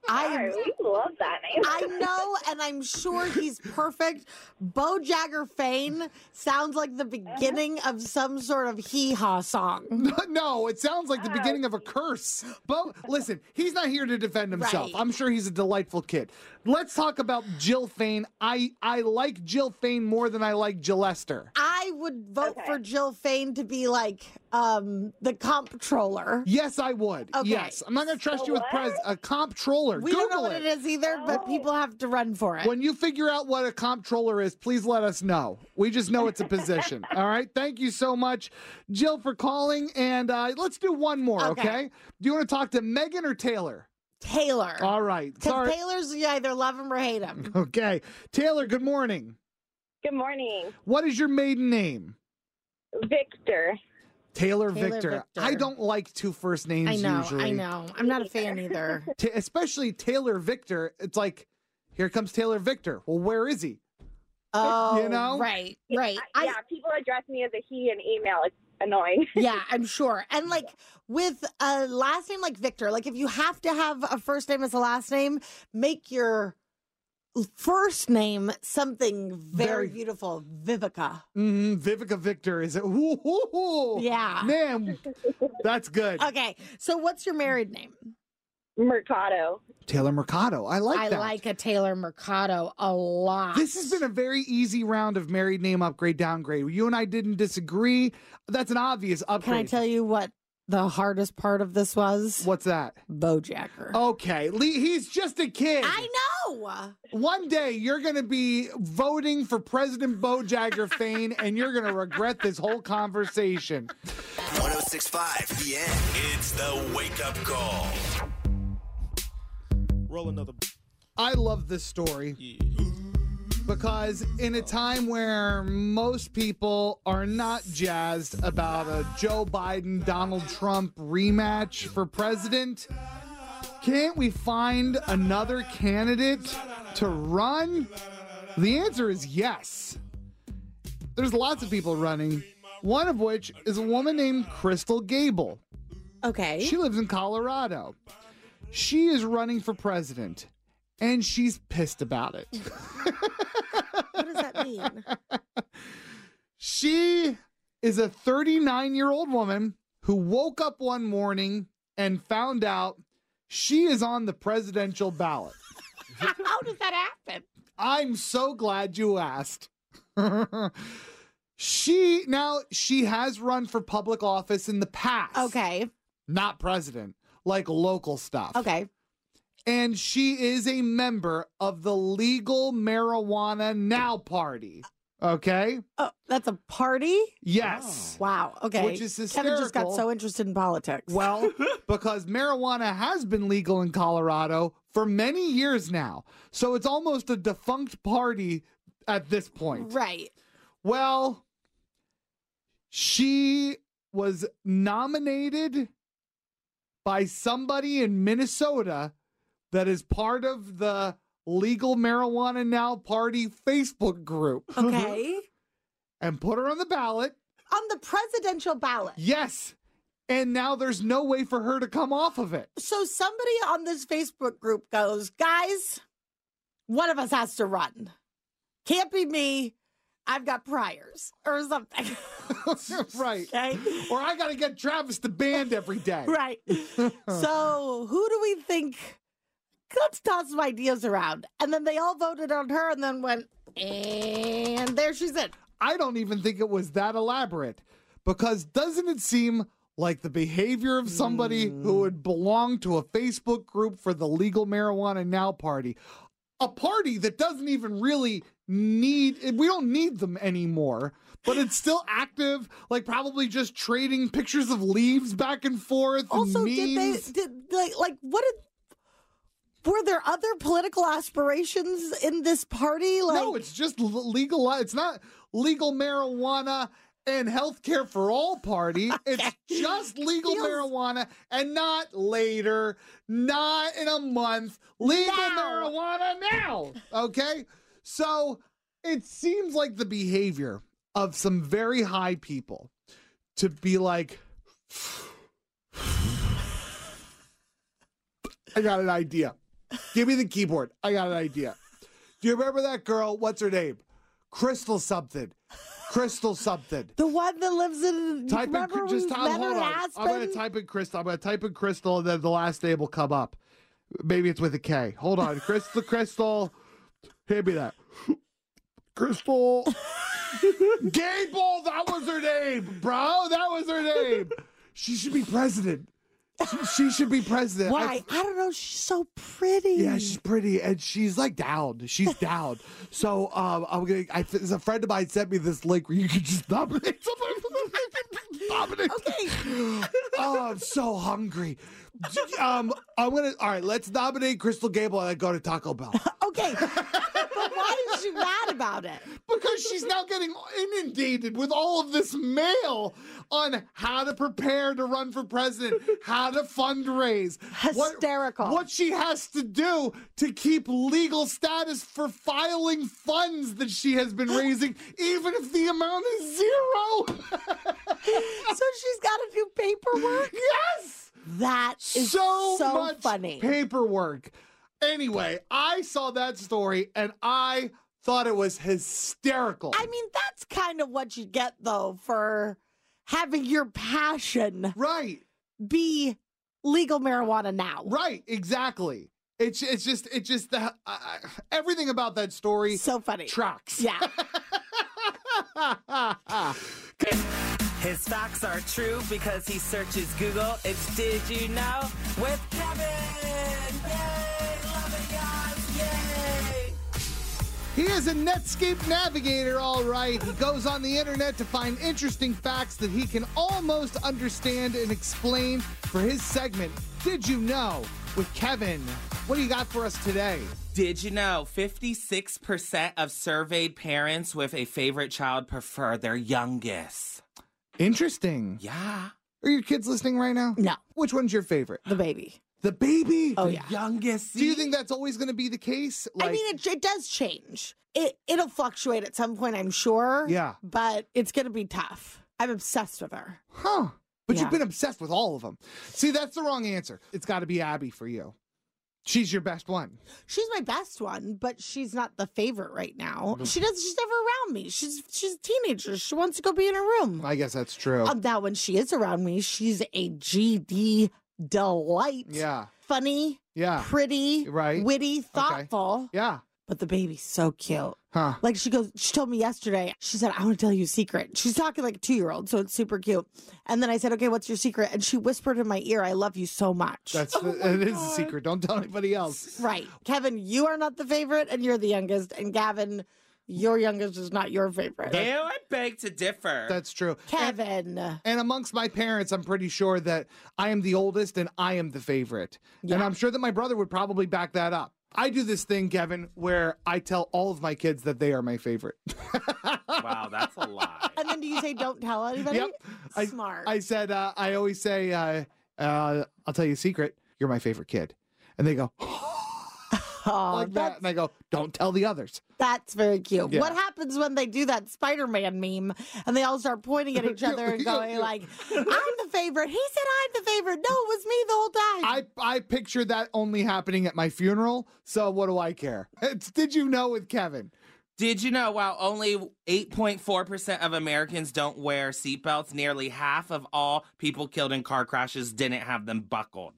Speaker 4: I am-
Speaker 10: we love that name.
Speaker 4: I know, and I'm sure he's perfect. Bo Jagger Fane sounds like the beginning of some sort of hee haw song.
Speaker 2: no, it sounds like the beginning of a curse. Bo, listen, he's not here to defend himself.
Speaker 4: Right.
Speaker 2: I'm sure he's a delightful kid. Let's talk about Jill Fane. I I like Jill Fane more than I like Jill Lester.
Speaker 4: I would vote for Jill Fane to be like um, the comptroller.
Speaker 2: Yes, I would.
Speaker 4: Okay.
Speaker 2: Yes, I'm not going to trust you with pres a comptroller.
Speaker 4: We
Speaker 2: Google
Speaker 4: don't know what
Speaker 2: it.
Speaker 4: it is either,
Speaker 11: Oh.
Speaker 4: but people have to run for it.
Speaker 2: When you figure out what a comptroller is, please let us know. We just know it's a position. All right. Thank you so much, Jill, for calling. And uh, let's do one more, okay?
Speaker 4: Okay.
Speaker 2: Do you want to talk to Megan or Taylor?
Speaker 4: Taylor.
Speaker 2: All right.
Speaker 4: Because
Speaker 2: Sorry.
Speaker 4: Taylor's you either love him or hate him.
Speaker 2: okay. Taylor, good morning.
Speaker 11: Good morning,
Speaker 2: What is your maiden name?
Speaker 11: Victor.
Speaker 2: Taylor,
Speaker 4: Taylor
Speaker 2: Victor.
Speaker 4: Victor.
Speaker 2: I don't like two first names
Speaker 4: I know,
Speaker 2: usually.
Speaker 4: I know. I'm not a fan either.
Speaker 2: Ta- especially Taylor Victor. It's like, here comes Taylor Victor. Well, where is he?
Speaker 4: Oh,
Speaker 2: You know?
Speaker 4: right, right.
Speaker 11: yeah, people address me as a he in email. It's annoying.
Speaker 4: yeah, I'm sure. And like with a last name like Victor, like if you have to have a first name as a last name, make your first name something very,
Speaker 2: Very-
Speaker 4: beautiful, Vivica.
Speaker 2: Mhm, Vivica Victor is it? Ooh, ooh, ooh.
Speaker 4: Yeah.
Speaker 2: man, that's good.
Speaker 4: Okay, so what's your married name?
Speaker 11: Mercado.
Speaker 2: Taylor Mercado, I like
Speaker 4: I
Speaker 2: that.
Speaker 4: like a Taylor Mercado a lot.
Speaker 2: this has been a very easy round of married name upgrade downgrade. You and I didn't disagree. That's an obvious
Speaker 4: Can I
Speaker 2: upgrade.
Speaker 4: tell you what the hardest part of this was?
Speaker 2: What's that?
Speaker 4: Bojacker.
Speaker 2: Oh Okay, Lee, he's just a kid.
Speaker 4: I know.
Speaker 2: One day you're going to be voting for President Bojagger Fane, and you're going to regret this whole conversation.
Speaker 3: 1065 The End. It's the wake up call.
Speaker 12: Roll another.
Speaker 2: I love this story because in a time where most people are not jazzed about a Joe Biden Donald Trump rematch for president, can't we find another candidate to run? The answer is yes. There's lots of people running, one of which is a woman named Crystal Gable.
Speaker 4: Okay.
Speaker 2: She lives in Colorado. She is running for president and she's pissed about it.
Speaker 4: What does that mean?
Speaker 2: She is a 39 year old woman who woke up one morning and found out she is on the presidential ballot.
Speaker 4: How does that happen?
Speaker 2: I'm so glad you asked. she now she has run for public office in the past.
Speaker 4: Okay.
Speaker 2: Not president, like local stuff.
Speaker 4: Okay.
Speaker 2: And she is a member of the Legal Marijuana Now Party. Okay?
Speaker 4: Oh, that's a party? Oh,
Speaker 2: Yes.
Speaker 4: Wow. Okay.
Speaker 2: Which is
Speaker 4: Kevin just got
Speaker 2: hysterical.
Speaker 4: so interested in politics.
Speaker 2: Well, because marijuana has been legal in Colorado for many years now. So it's almost a defunct party at this point.
Speaker 4: right.
Speaker 2: Well, she was nominated by somebody in Minnesota that is part of the Legal Marijuana Now Party Facebook group. Uh-huh.
Speaker 4: Okay.
Speaker 2: and put her on the ballot.
Speaker 4: On the presidential ballot.
Speaker 2: Yes. and now there's no way for her to come off of it.
Speaker 4: So somebody on this Facebook group goes, guys, one of us has to run. Can't be me. I've got priors or something.
Speaker 2: right.
Speaker 4: Okay.
Speaker 2: Or I got to get Travis the band every day.
Speaker 4: right. So who do we think? Let's toss some ideas around. And then they all voted on her and then went, and there she's in.
Speaker 2: I don't even think it was that elaborate because doesn't it seem like the behavior of somebody
Speaker 4: Mm.
Speaker 2: who would belong to a Facebook group for the Legal Marijuana Now party? A party that doesn't even really need we don't need them anymore, but it's still active, like probably just trading pictures of leaves back and forth.
Speaker 4: Also,
Speaker 2: and
Speaker 4: did
Speaker 2: memes.
Speaker 4: they did like like what did were there other political aspirations in this party? Like
Speaker 2: no, it's just l- legal. It's not legal marijuana and healthcare for all party. It's just legal marijuana and not later, not in a month. Legal marijuana now. Okay. So it seems like the behavior of some very high people to be like, I got an idea. Give me the keyboard. I got an idea. Do you remember that girl? What's her name? Crystal something. Crystal something.
Speaker 4: the one that lives in
Speaker 2: Type in
Speaker 4: remember
Speaker 2: Cr- just
Speaker 4: we
Speaker 2: type,
Speaker 4: met her
Speaker 2: hold on. I'm gonna
Speaker 4: husband?
Speaker 2: type in Crystal. I'm gonna type in Crystal, and then the last name will come up. Maybe it's with a K. Hold on, Crystal. Crystal, hand me that. Crystal. Gay ball. That was her name, bro. That was her name. She should be president. She, she should be president. I-
Speaker 4: Why? I, don't know. She's so pretty.
Speaker 2: yeah, she's pretty, and she's like down. She's down. so um, I'm gonna. I, there's a friend of mine sent me this link where you can just nominate somebody. for the- nominate. Okay. oh, I'm so hungry. D- Um, I'm gonna. All right, let's nominate Crystal Gable and then go to Taco Bell
Speaker 4: okay. but why is she mad about it?
Speaker 2: because she's now getting inundated with all of this mail on how to prepare to run for president, how to fundraise, what-
Speaker 4: Hysterical.
Speaker 2: What, she has to do to keep legal status for filing funds that she has been raising, even if the amount is zero.
Speaker 4: so she's got to do paperwork.
Speaker 2: Yes.
Speaker 4: That is
Speaker 2: so,
Speaker 4: so
Speaker 2: much
Speaker 4: funny.
Speaker 2: paperwork. Anyway, I saw that story and I thought it was hysterical.
Speaker 4: I mean, that's kind of what you get though for having your passion
Speaker 2: right.
Speaker 4: be legal marijuana now.
Speaker 2: Right, exactly. It's it's just it's just the uh, everything about that story
Speaker 4: So funny.
Speaker 2: tracks.
Speaker 4: Yeah.
Speaker 12: His facts are true because he searches Google. It's Did You Know with Kevin. Yay, loving us, yay.
Speaker 2: He is a Netscape navigator, all right. He goes on the internet to find interesting facts that he can almost understand and explain for his segment. Did you know? With Kevin, what do you got for us today?
Speaker 5: Did you know 56% of surveyed parents with a favorite child prefer their youngest?
Speaker 2: Interesting.
Speaker 5: Yeah.
Speaker 2: Are your kids listening right now?
Speaker 4: No.
Speaker 2: Which one's your favorite?
Speaker 4: The baby.
Speaker 2: The baby.
Speaker 4: Oh,
Speaker 2: The
Speaker 4: yeah.
Speaker 5: Youngest.
Speaker 2: Do you think that's always going to be the case?
Speaker 4: I mean, it, it does change. It it'll fluctuate at some point, I'm sure.
Speaker 2: Yeah.
Speaker 4: But it's gonna be tough. I'm obsessed with her.
Speaker 2: Huh. But
Speaker 4: Yeah.
Speaker 2: you've been obsessed with all of them. See, that's the wrong answer. It's got to be Abby for you. She's your best one.
Speaker 4: She's my best one, but she's not the favorite right now.
Speaker 2: Mm.
Speaker 4: She does. She's never around me. She's she's a teenager. She wants to go be in her room.
Speaker 2: I guess that's true.
Speaker 4: Um, now, when she is around me, she's a GD delight.
Speaker 2: yeah.
Speaker 4: Funny,
Speaker 2: Yeah.
Speaker 4: pretty,
Speaker 2: Right.
Speaker 4: witty, thoughtful.
Speaker 2: Yeah.
Speaker 4: But the baby's so cute.
Speaker 2: Huh.
Speaker 4: Like she goes, she told me yesterday, she said, I want to tell you a secret. She's talking like a two year old, so it's super cute. And then I said, Okay, what's your secret? And she whispered in my ear, I love you so much.
Speaker 2: That's the, it is a secret. Don't tell anybody else.
Speaker 4: right. Kevin, you are not the favorite and you're the youngest. And Gavin, your youngest is not your favorite.
Speaker 5: Ew, I beg to differ.
Speaker 2: That's true.
Speaker 4: Kevin.
Speaker 2: And amongst my parents, I'm pretty sure that I am the oldest and I am the favorite. And I'm sure that my brother would probably back that up. I do this thing, Kevin, where I tell all of my kids that they are my favorite.
Speaker 5: wow, that's a lie.
Speaker 4: and then do you say, Don't tell anybody?
Speaker 2: Yep. I-
Speaker 4: Smart.
Speaker 2: I said, uh, I always say, uh, uh, I'll tell you a secret. You're my favorite kid. And they go, like that, and I go, "Don't tell the others."
Speaker 4: That's very cute.
Speaker 2: Yeah.
Speaker 4: What happens when they do that Spider Man meme and they all start pointing at each other and going like, "I'm the favorite." He said, "I'm the favorite." No, it was me the whole time.
Speaker 2: I I picture that only happening at my funeral. So what do I care? It's did you know with Kevin?
Speaker 5: Did you know while only 8.4% of Americans don't wear seatbelts, nearly half of all people killed in car crashes didn't have them buckled?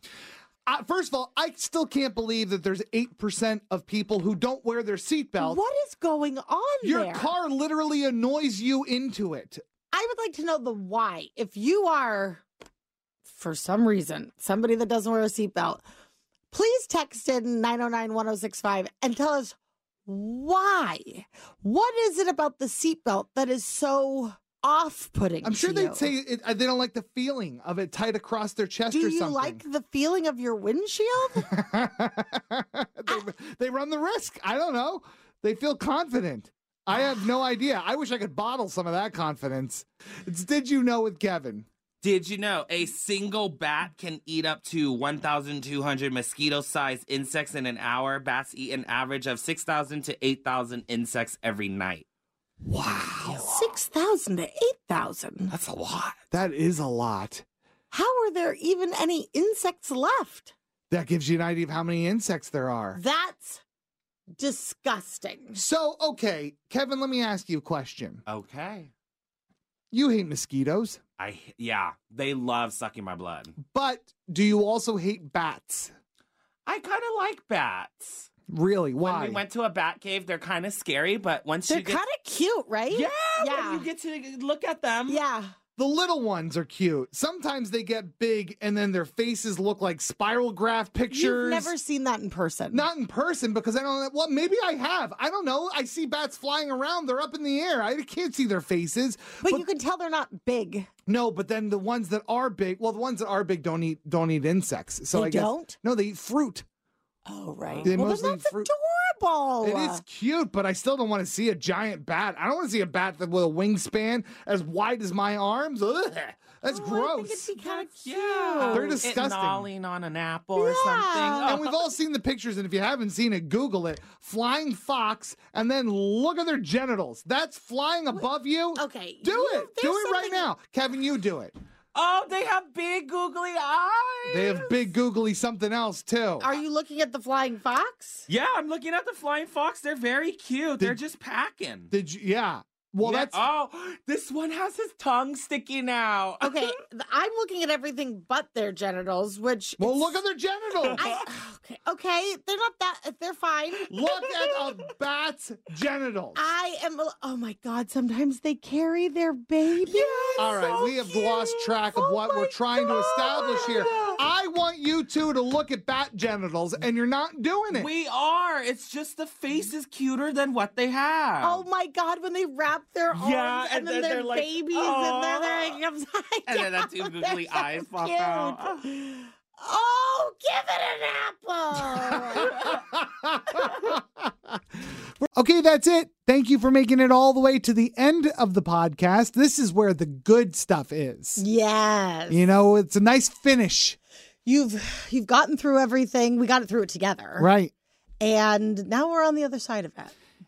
Speaker 2: Uh, first of all, I still can't believe that there's eight percent of people who don't wear their seatbelt.
Speaker 4: What is going on?
Speaker 2: Your
Speaker 4: there?
Speaker 2: car literally annoys you into it.
Speaker 4: I would like to know the why. If you are, for some reason, somebody that doesn't wear a seatbelt, please text in 909 1065 and tell us why. What is it about the seatbelt that is so off putting?
Speaker 2: I'm sure
Speaker 4: to
Speaker 2: they'd
Speaker 4: you?
Speaker 2: say it, uh, they don't like the feeling of it tight across their chest
Speaker 4: Do
Speaker 2: or
Speaker 4: you
Speaker 2: something.
Speaker 4: like the feeling of your windshield? Ah.
Speaker 2: they run the risk. I don't know. They feel confident. I have no idea. I wish I could bottle some of that confidence. It's did you know with Kevin?
Speaker 5: Did you know a single bat can eat up to 1,200 mosquito sized insects in an hour? Bats eat an average of 6,000 to 8,000 insects every night.
Speaker 4: 6,000 to
Speaker 2: Uh-huh.
Speaker 4: 8,000.
Speaker 5: That's a lot.
Speaker 2: That is a lot.
Speaker 4: How are there even any insects left?
Speaker 2: That gives you an idea of how many insects there are.
Speaker 4: That's disgusting.
Speaker 2: So, okay, Kevin, let me ask you a question.
Speaker 5: Okay.
Speaker 2: You hate mosquitoes,
Speaker 5: I, yeah, they love sucking my blood.
Speaker 2: but do you also hate bats?
Speaker 5: I kind of like bats.
Speaker 2: Really?
Speaker 5: When
Speaker 2: Why?
Speaker 5: we went to a bat cave, they're kind of scary, but once
Speaker 4: They're
Speaker 5: you get
Speaker 4: kind of cute, right?
Speaker 5: Yeah, when
Speaker 4: Yeah.
Speaker 5: you get to look at them.
Speaker 4: Yeah.
Speaker 2: the little ones are cute. Sometimes they get big and then their faces look like spiral graph pictures.
Speaker 4: You've never seen that in person.
Speaker 2: Not in person because I don't know. Well, maybe I have. I don't know. I see bats flying around. They're up in the air. I can't see their faces.
Speaker 4: but, you can tell they're not big.
Speaker 2: No, but then the ones that are big, well, the ones that are big don't eat don't eat insects. So
Speaker 4: They
Speaker 2: I guess,
Speaker 4: don't?
Speaker 2: No, they eat fruit.
Speaker 4: Oh, right.
Speaker 2: They
Speaker 4: well,
Speaker 2: mostly
Speaker 4: then that's
Speaker 2: fruit.
Speaker 4: adorable.
Speaker 2: It is cute, but I still don't want to see a giant bat. I don't want to see a bat that with a wingspan as wide as my arms. Ugh, that's
Speaker 4: Oh, I
Speaker 2: gross.
Speaker 4: think it'd be kind of cute.
Speaker 2: They're
Speaker 5: it
Speaker 2: disgusting.
Speaker 5: gnawing on an apple or
Speaker 4: Yeah.
Speaker 5: something.
Speaker 2: and we've all seen the pictures, and if you haven't seen it, Google it. Flying fox, and then look at their genitals. That's flying above you.
Speaker 4: Okay.
Speaker 2: Do
Speaker 4: Oh, you-
Speaker 2: it. Do
Speaker 4: there's
Speaker 2: it right
Speaker 4: something-
Speaker 2: now. Kevin, you do it.
Speaker 5: Oh, they have big googly eyes.
Speaker 2: They have big googly something else, too.
Speaker 4: Are you looking at the flying fox?
Speaker 5: Yeah, I'm looking at the flying fox. They're very cute. They're just packing.
Speaker 2: Did you? Yeah. Well,
Speaker 5: Yeah,
Speaker 2: that's.
Speaker 5: oh, this one has his tongue sticking out.
Speaker 4: Okay. th- I'm looking at everything but their genitals, which.
Speaker 2: Well, look at their genitals.
Speaker 4: I, okay. Okay. They're not that. They're fine.
Speaker 2: look at a bat's genitals.
Speaker 4: I am. a- Oh my God. Sometimes they carry their baby.
Speaker 2: All right, we have lost track
Speaker 5: Oh
Speaker 2: of what we're trying to establish here. I want you two to look at bat genitals, and you're not doing it.
Speaker 5: We are. It's just the face is cuter than what they have.
Speaker 4: Oh my God. When they wrap their arms
Speaker 5: Yeah,
Speaker 4: and,
Speaker 5: and
Speaker 4: then,
Speaker 5: then
Speaker 4: their
Speaker 5: they're like,
Speaker 4: babies and then their
Speaker 5: "Aw."
Speaker 4: comes.
Speaker 5: and then that two googly eyes pop out.
Speaker 4: Oh, give it an apple.
Speaker 2: okay, that's it. Thank you for making it all the way to the end of the podcast. This is where the good stuff is.
Speaker 4: yes.
Speaker 2: You know, it's a nice finish,
Speaker 4: You've you've gotten through everything. We got it through it together.
Speaker 2: right?
Speaker 4: And now we're on the other side of it.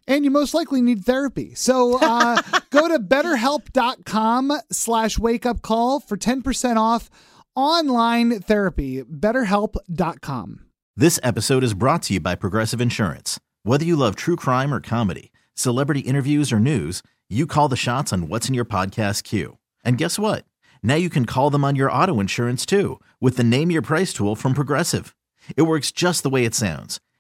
Speaker 2: and you most likely need therapy. So uh, go to betterhelp.com slash wake up call for 10% off online therapy. Betterhelp.com.
Speaker 1: This episode is brought to you by Progressive Insurance. Whether you love true crime or comedy, celebrity interviews or news, you call the shots on what's in your podcast queue. And guess what? Now you can call them on your auto insurance too with the Name Your Price tool from Progressive. It works just the way it sounds.